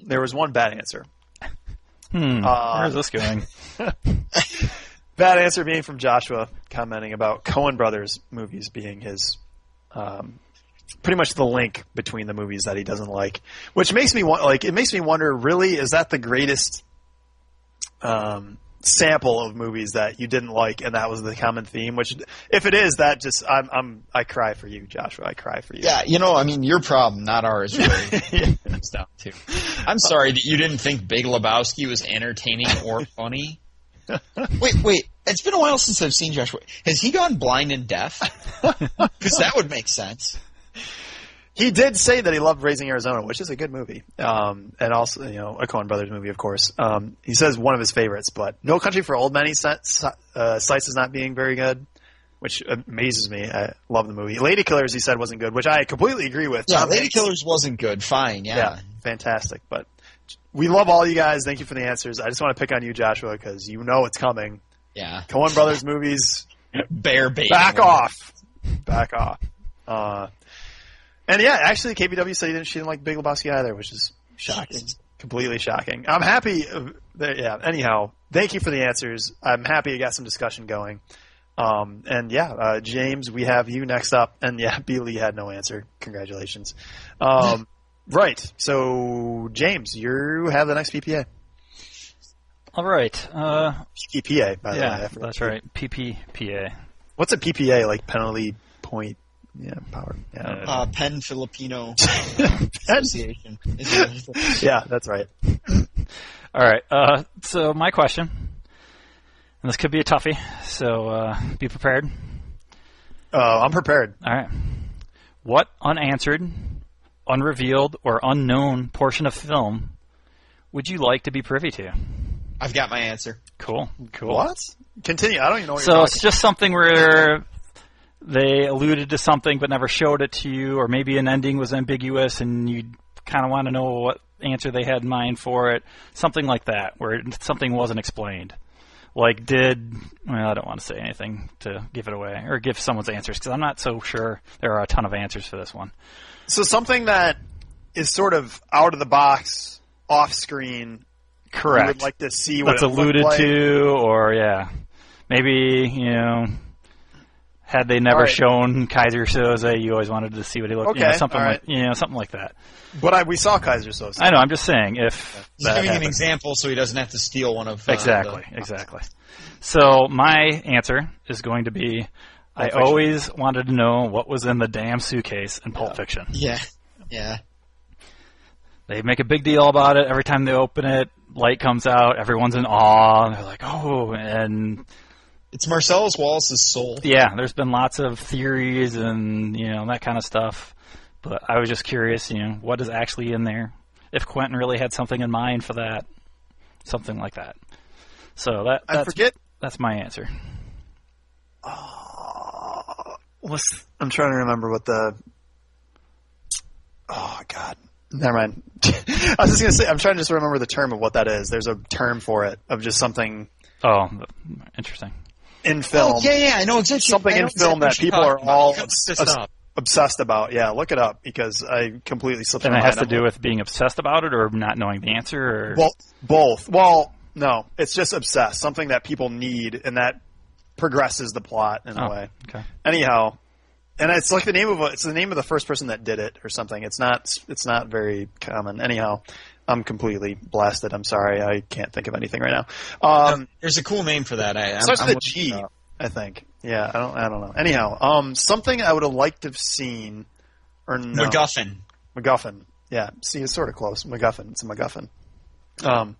There was one bad answer.
Hmm,
Uh,
where is this going?
Bad answer being from Joshua commenting about Cohen Brothers movies being his, um, pretty much the link between the movies that he doesn't like, which makes me want like it makes me wonder really is that the greatest um, sample of movies that you didn't like and that was the common theme? Which if it is that just I'm, I'm I cry for you Joshua I cry for you
Yeah, you know, I mean, your problem, not ours. Really.
Yeah.
It's down to. I'm sorry that you didn't think Big Lebowski was entertaining or funny.
Wait, wait. It's been a while since I've seen Joshua. Has he gone blind and deaf? Because that would make sense.
he did say that he loved Raising Arizona, which is a good movie, um, and also you know a Coen Brothers movie, of course. Um, he says one of his favorites, but No Country for Old Men he si- si- uh, cites as not being very good, which amazes me. I love the movie. Lady Killers, he said, wasn't good, which I completely agree with.
Yeah,
Tom
Lady
Hanks-
Killers wasn't good. Fine, yeah.
yeah, fantastic. But we love all you guys. Thank you for the answers. I just want to pick on you, Joshua, because you know it's coming.
Yeah.
Coen Brothers movies,
Bear bait.
back off, back off. Uh, and yeah, actually, KBW said he didn't, she didn't like Big Lebowski either, which is shocking, completely shocking. I'm happy. uh, That, yeah. Anyhow, thank you for the answers. I'm happy you got some discussion going. Um, and yeah, uh, James, we have you next up. And yeah, B Lee had no answer. Congratulations. Um, right. So James, you have the next PPA.
All right. Uh,
PPA, by the way. I
yeah,
forgot.
that's right. PPPA.
What's a PPA? Like penalty point? Yeah, power. Yeah.
Uh, Penn Filipino Association.
yeah, that's right.
All right. Uh, so my question, and this could be a toughie, so uh, be prepared.
Uh, I'm prepared.
All right. What unanswered, unrevealed, or unknown portion of film would you like to be privy to?
I've got my answer.
Cool. Cool.
What? Continue. I don't even know what
So
you're
it's
talking.
just something where they alluded to something but never showed it to you, or maybe an ending was ambiguous and you kind of want to know what answer they had in mind for it. Something like that, where it- something wasn't explained. Like, did. Well, I don't want to say anything to give it away or give someone's answers because I'm not so sure there are a ton of answers for this one.
So something that is sort of out of the box, off screen.
Correct.
You would like to see what
that's
it looked
alluded
like.
to, or yeah, maybe you know, had they never
All right.
shown Kaiser Soze, you always wanted to see what he looked. you know,
Okay,
something
all
like you know, something like that.
But I, we saw Kaiser so
I know. I'm just saying if
He's
that
giving an
happened.
example so he doesn't have to steal one of uh,
exactly,
the-
exactly. So my answer is going to be. I
Fiction.
always wanted to know what was in the damn suitcase in Pulp Fiction.
Yeah. Yeah.
They make a big deal about it every time they open it. Light comes out, everyone's in awe, and they're like, "Oh!" And
It's Marcellus Wallace's soul.
yeah, there's been lots of theories and you know that kind of stuff, but I was just curious, you know, what is actually in there? If Quentin really had something in mind for that, something like that. So that
I
that's,
forget.
that's my answer.
What's, I'm trying to remember what the oh god, never mind. I was just gonna say I'm trying to just remember the term of what that is. There's a term for it of just something
Oh, interesting.
in film,
Oh, yeah, yeah, I know exactly.
something
I know
in film that
exactly
people
what
are all
Look
obs-
this
obs-
up.
obsessed about. Yeah, look it up because I completely slipped.
And
my
it has
mind.
to do with being obsessed about it or not knowing the answer. Or...
Well, both. Well, no, it's just obsessed. Something that people need, and that progresses the plot in a
oh,
way.
okay.
Anyhow, and it's like the name of a, it's the name of the first person that did it or something. It's not it's not very common. Anyhow, I'm completely blasted. I'm sorry, I can't think of anything right now. Um,
There's a cool name for that. I, I'm,
starts
I'm
with a
looking
G,
it up.
I think. Yeah, I don't I don't know. Anyhow, um, something I would have liked to have seen or no.
MacGuffin.
MacGuffin. Yeah, see, it's sort of close. MacGuffin. It's a MacGuffin. Um,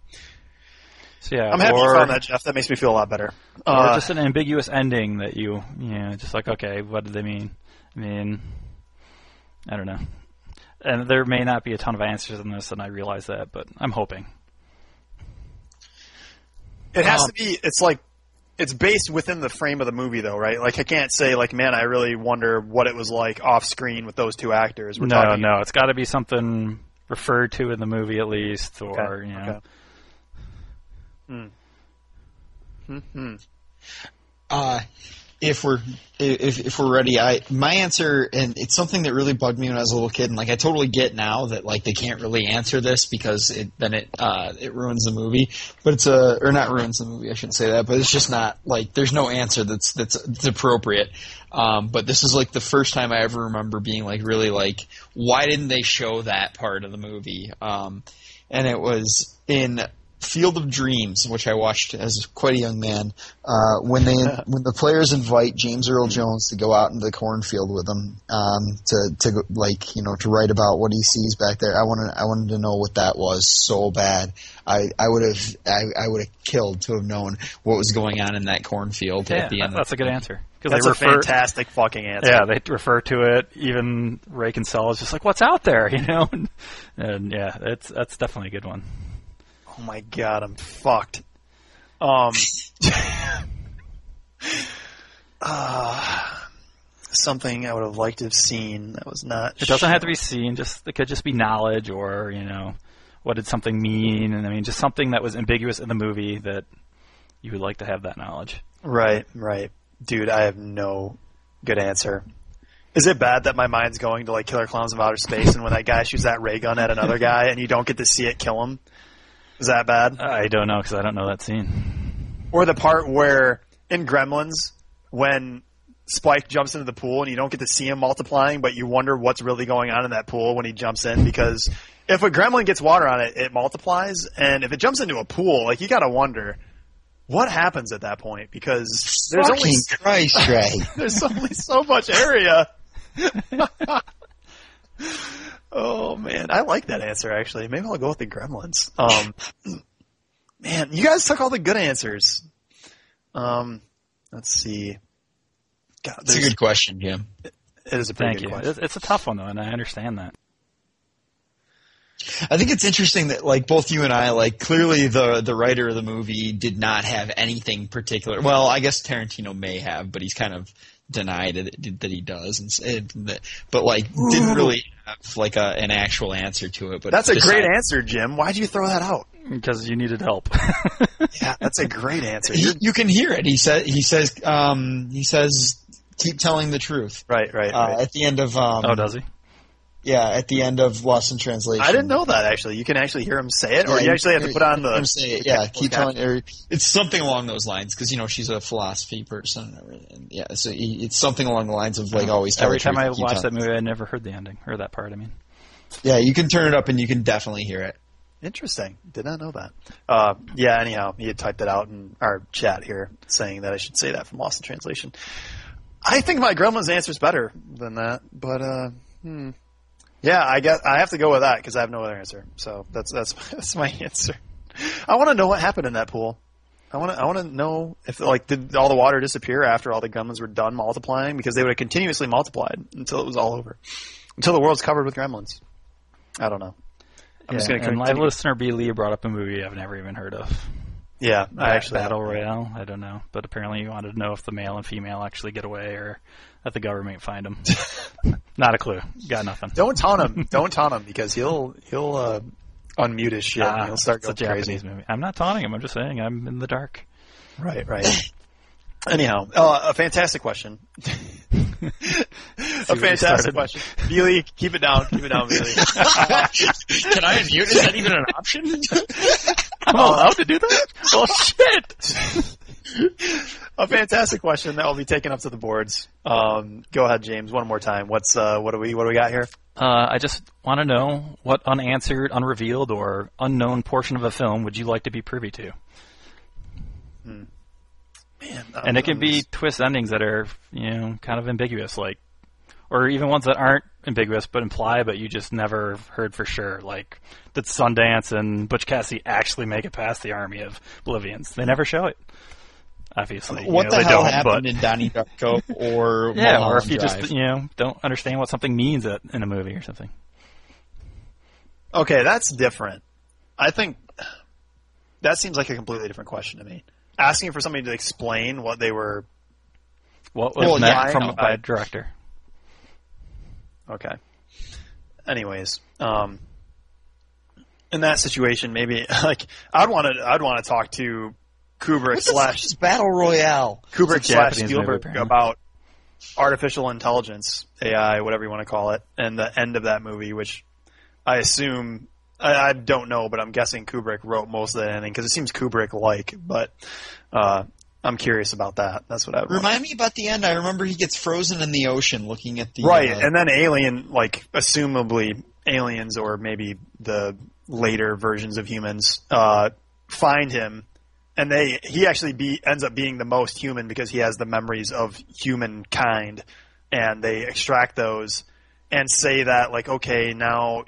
So yeah,
I'm happy
or,
you found that, Jeff. That makes me feel a lot better.
or
Uh,
just an ambiguous ending that you, you know, just like, okay, what did they mean? I mean, I don't know. And there may not be a ton of answers in this, and I realize that, but I'm hoping.
it has to be. It's like it's based within the frame of the movie, though, right? Like I can't say, like, man, I really wonder what it was like off screen with those two actors. We're
no,
talking
no, it's got to be something referred to in the movie at least, or
Okay,
you know,
Uh, if we're if if we're ready, I my answer and it's something that really bugged me when I was a little kid, and like I totally get now that like they can't really answer this because it then it uh it ruins the movie. But it's a or not ruins the movie, I shouldn't say that, but it's just not like there's no answer that's that's, that's appropriate. Um, but this is like the first time I ever remember being like really like why didn't they show that part of the movie? Um, and it was in Field of Dreams, which I watched as quite a young man, uh, when they when the players invite James Earl Jones to go out into the cornfield with them um, to to go- like you know to write about what he sees back there. I wanted I wanted to know what that was so bad. I, I would have I, I would have killed to have known what was going on in that cornfield
yeah,
at the end.
that's a good answer because
That's
they
a
refer.
fantastic fucking answer.
Yeah, they refer to it. Even Ray Kinsella is just like, "What's out there?" You know, and yeah, it's that's definitely a good one.
Oh my god, I'm fucked. Um. ah, something I would have liked to have seen that was not.
It doesn't have to be seen. Just it could just be knowledge, or you know, what did something mean? And I mean, just something that was ambiguous in the movie that you would like to have that knowledge.
Right, right, dude. I have no good answer. Is it bad that my mind's going to like Killer Clowns of Outer Space, and when that guy shoots that ray gun at another guy, and you don't get to see it kill him? Is that bad?
I don't know because I don't know that scene.
Or the part where in Gremlins, when Spike jumps into the pool and you don't get to see him multiplying, but you wonder what's really going on in that pool when he jumps in because if a gremlin gets water on it, it multiplies, and if it jumps into a pool, like you gotta wonder what happens at that point because there's
Fucking
only
Christ, Ray.
there's only so much area. oh man, I like that answer actually. Maybe I'll go with the Gremlins. Um, man, you guys took all the good answers. Um, let's see. God,
That's a
there's-
good question, Jim.
it is a pretty
Thank
good
you.
question.
It's, it's a tough one though, and I understand that.
I think it's interesting that like both you and I like clearly the the writer of the movie did not have anything particular. Well, I guess Tarantino may have, but he's kind of denied it, that he does, and said that, but like didn't really have like a, an actual answer to it.
Mm.
But
That's a great
decided-
answer, Jim. Why'd you throw that out?
Because you needed help.
Mm-hmm. Yeah, that's a great answer.
He,
You're-
you can hear it. He said he says um, he says keep telling the truth
right, right,
uh,
right.
at the end of um,
oh, does he?
yeah at the end of Lost in Translation.
I didn't know that actually. You can actually hear him say it, or
Yeah,
you actually have to
hear-
put on
hear
the.
him say it, yeah, keep
cap.
telling her. It's something along those lines because you know she's a philosophy person. and everything. Yeah, so he- it's something along the lines of
Uh-huh.
like always. Tell
Every
the
time
truth,
I
keep
watch that
telling-
movie, I never heard the ending or that part. I mean,
yeah, you can turn it up and you can definitely hear it.
Interesting. Did not know that. Uh, yeah, anyhow, he had typed it out in our chat here saying that I should say that from Lost in Translation. I think my Gremlins answer is better than that, but uh, hmm. yeah, I guess I have to go with that because I have no other answer. So that's that's that's my answer. I want to know what happened in that pool. I want to I want to know if like did all the water disappear after all the gremlins were done multiplying because they would have continuously multiplied until it was all over, until the world's covered with gremlins. I don't know. I'm just
Yeah,
gonna
and my
continue.
listener B Lee brought up a movie I've never even heard of.
Yeah, I
Ba-
actually
battle royale. I don't know, but apparently you wanted to know if the male and female actually get away, or Let the government find him. Not a clue. Got nothing.
Don't taunt him. Don't taunt him because he'll he'll uh, unmute his shit and
Ah,
he'll start
it's a
going crazy.
Japanese movie. I'm not taunting him. I'm just saying I'm in the dark.
Right, right. Anyhow, uh, a fantastic question. a fantastic
started.
question. Beely, keep it down. Keep it down, Beely.
Can I unmute? Is that even an option?
I'm allowed to Oh, do that? Oh, Well, shit.
a fantastic question that will be taken up to the boards. Um, go ahead, James. One more time. What's uh, what do we what do we got here?
Uh, I just want to know what unanswered, unrevealed, or unknown portion of a film would you like to be privy to? and it can be twist endings that are you know kind of ambiguous like or even ones that aren't ambiguous but imply but you just never heard for sure like did sundance and butch cassidy actually make it past the army of bolivians they never show it obviously You
What
know,
the
they
hell
don't,
happened
but
in Donnie Darko or
yeah or
Mulholland
if you
Drive?
just you know don't understand what something means at, in a movie or something
okay. That's different. I think that seems like a completely different question to me. Asking for somebody to explain what they were.
what was
Well,
meant
yeah, I
from
know.
by a director
Okay. Anyways, um, in that situation, maybe like I'd want to I'd want to talk to Kubrick
What the fuck
slash
is Battle Royale?
Kubrick
It's a
slash
Japanese
Spielberg
movie, apparently.
about artificial intelligence, AI, whatever you want to call it, and the end of that movie, which I assume I, I don't know, but I'm guessing Kubrick wrote most of that ending because it seems Kubrick like. But uh, I'm curious about that. That's what I would want.
Remind me about the end. I remember he gets frozen in the ocean looking at the
right,
uh,
and then Alien, like assumably aliens or maybe the later versions of humans uh, find him. And they, he actually be, ends up being the most human because he has the memories of humankind, and they extract those and say that like, okay, now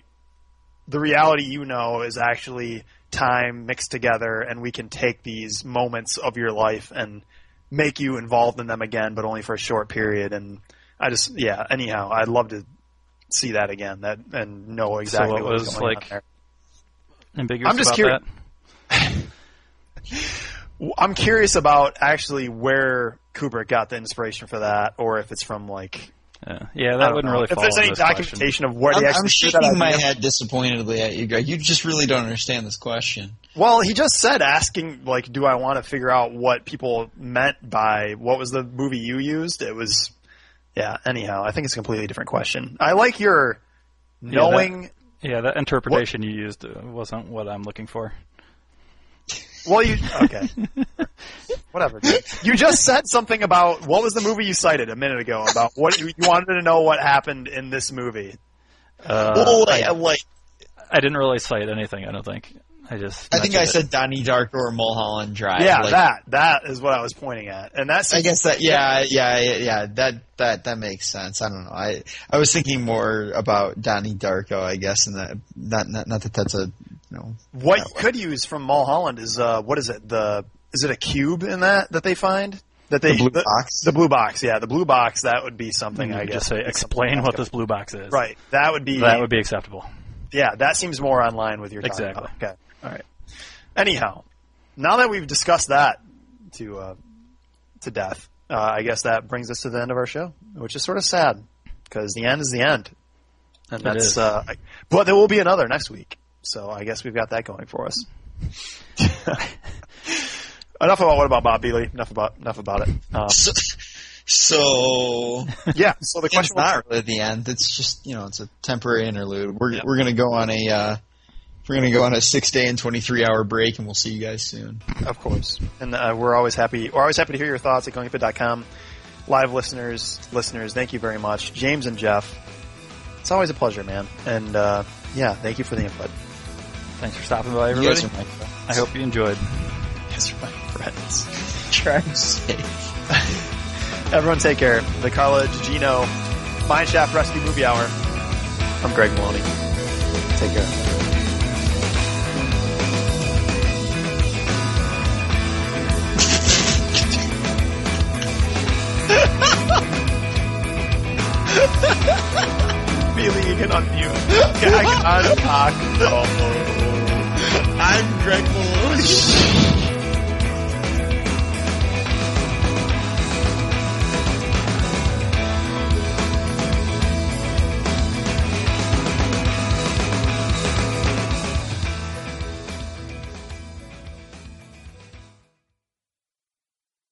the reality you know is actually time mixed together, and we can take these moments of your life and make you involved in them again, but only for a short period. And I just, yeah. Anyhow, I'd love to see that again. That and know exactly
it
what was
was
going
like-
on there.
ambiguous
I'm just
about
curious-
that
W- I'm curious about actually where Kubrick got the inspiration for that, or if it's from like
yeah, yeah
I
that
don't
wouldn't
know.
really
if
fall
there's
in
any
this question.
documentation of where
I'm,
they
I'm
actually threw that
shaking my
idea.
head disappointedly at you, Greg. You just really don't understand this question.
Well, he just said asking like, do I want to figure out what people meant by what was the movie you used? It was, yeah. Anyhow, I think it's a completely different question. I like your
that-
knowing.
yeah that interpretation you used uh, wasn't what i'm looking for
Well, you okay? Whatever. dude. You just said something about what was the movie you cited a minute ago about what you you wanted to know what happened in this movie.
uh,
Well, like, like,
I didn't really cite anything. I don't think. I just.
I think I
mentioned it.
said Donnie Darko or Mulholland Drive.
yeah,
like,
that that is what I was pointing at, and that's
I guess that yeah, yeah, yeah, yeah. That that that makes sense. I don't know. I I was thinking more about Donnie Darko, I guess, and that not not, not that that's a you know
what you could use from Mulholland is uh, what is it? The is it a cube in that that they find that they
The blue box?
The blue box, yeah, the blue box. That would be something. I
You
guess
just say
would be
explain
something
what
that's
this blue box is.
gonna- Right, that would be
That would be acceptable.
Yeah, that seems more online with your talking
Exactly.
about. Okay. All right. Anyhow, now that we've discussed that to uh, to death, uh, I guess that brings us to the end of our show, which is sort of sad because the end is the end, and
It
that's.
is.
Uh, I- but there will be another next week, so I guess we've got that going for us. enough about what about Bob Bealey? Enough about enough about it. Um,
So, so
yeah. So the
it's
question was,
not really the end. It's just you know it's a temporary interlude. We're we're gonna go on a uh, we're gonna go on a six day and twenty three hour break, and we'll see you guys soon.
Of course. And uh, we're always happy. We're always happy to hear your thoughts at goingfit.com. Live listeners, listeners, thank you very much. James and Jeff, it's always a pleasure, man. And uh, yeah, thank you for the input.
Thanks for stopping by,
You guys
everybody.
are my
I hope you enjoyed.
Yes, my friends.
friends.
Everyone take care. The Carla Gugino Mine Shaft Rescue Movie Hour. I'm Greg Maloney. Take care. Feeling you can unmute. Yeah, I can unpack. Oh.
I'm Greg Malone.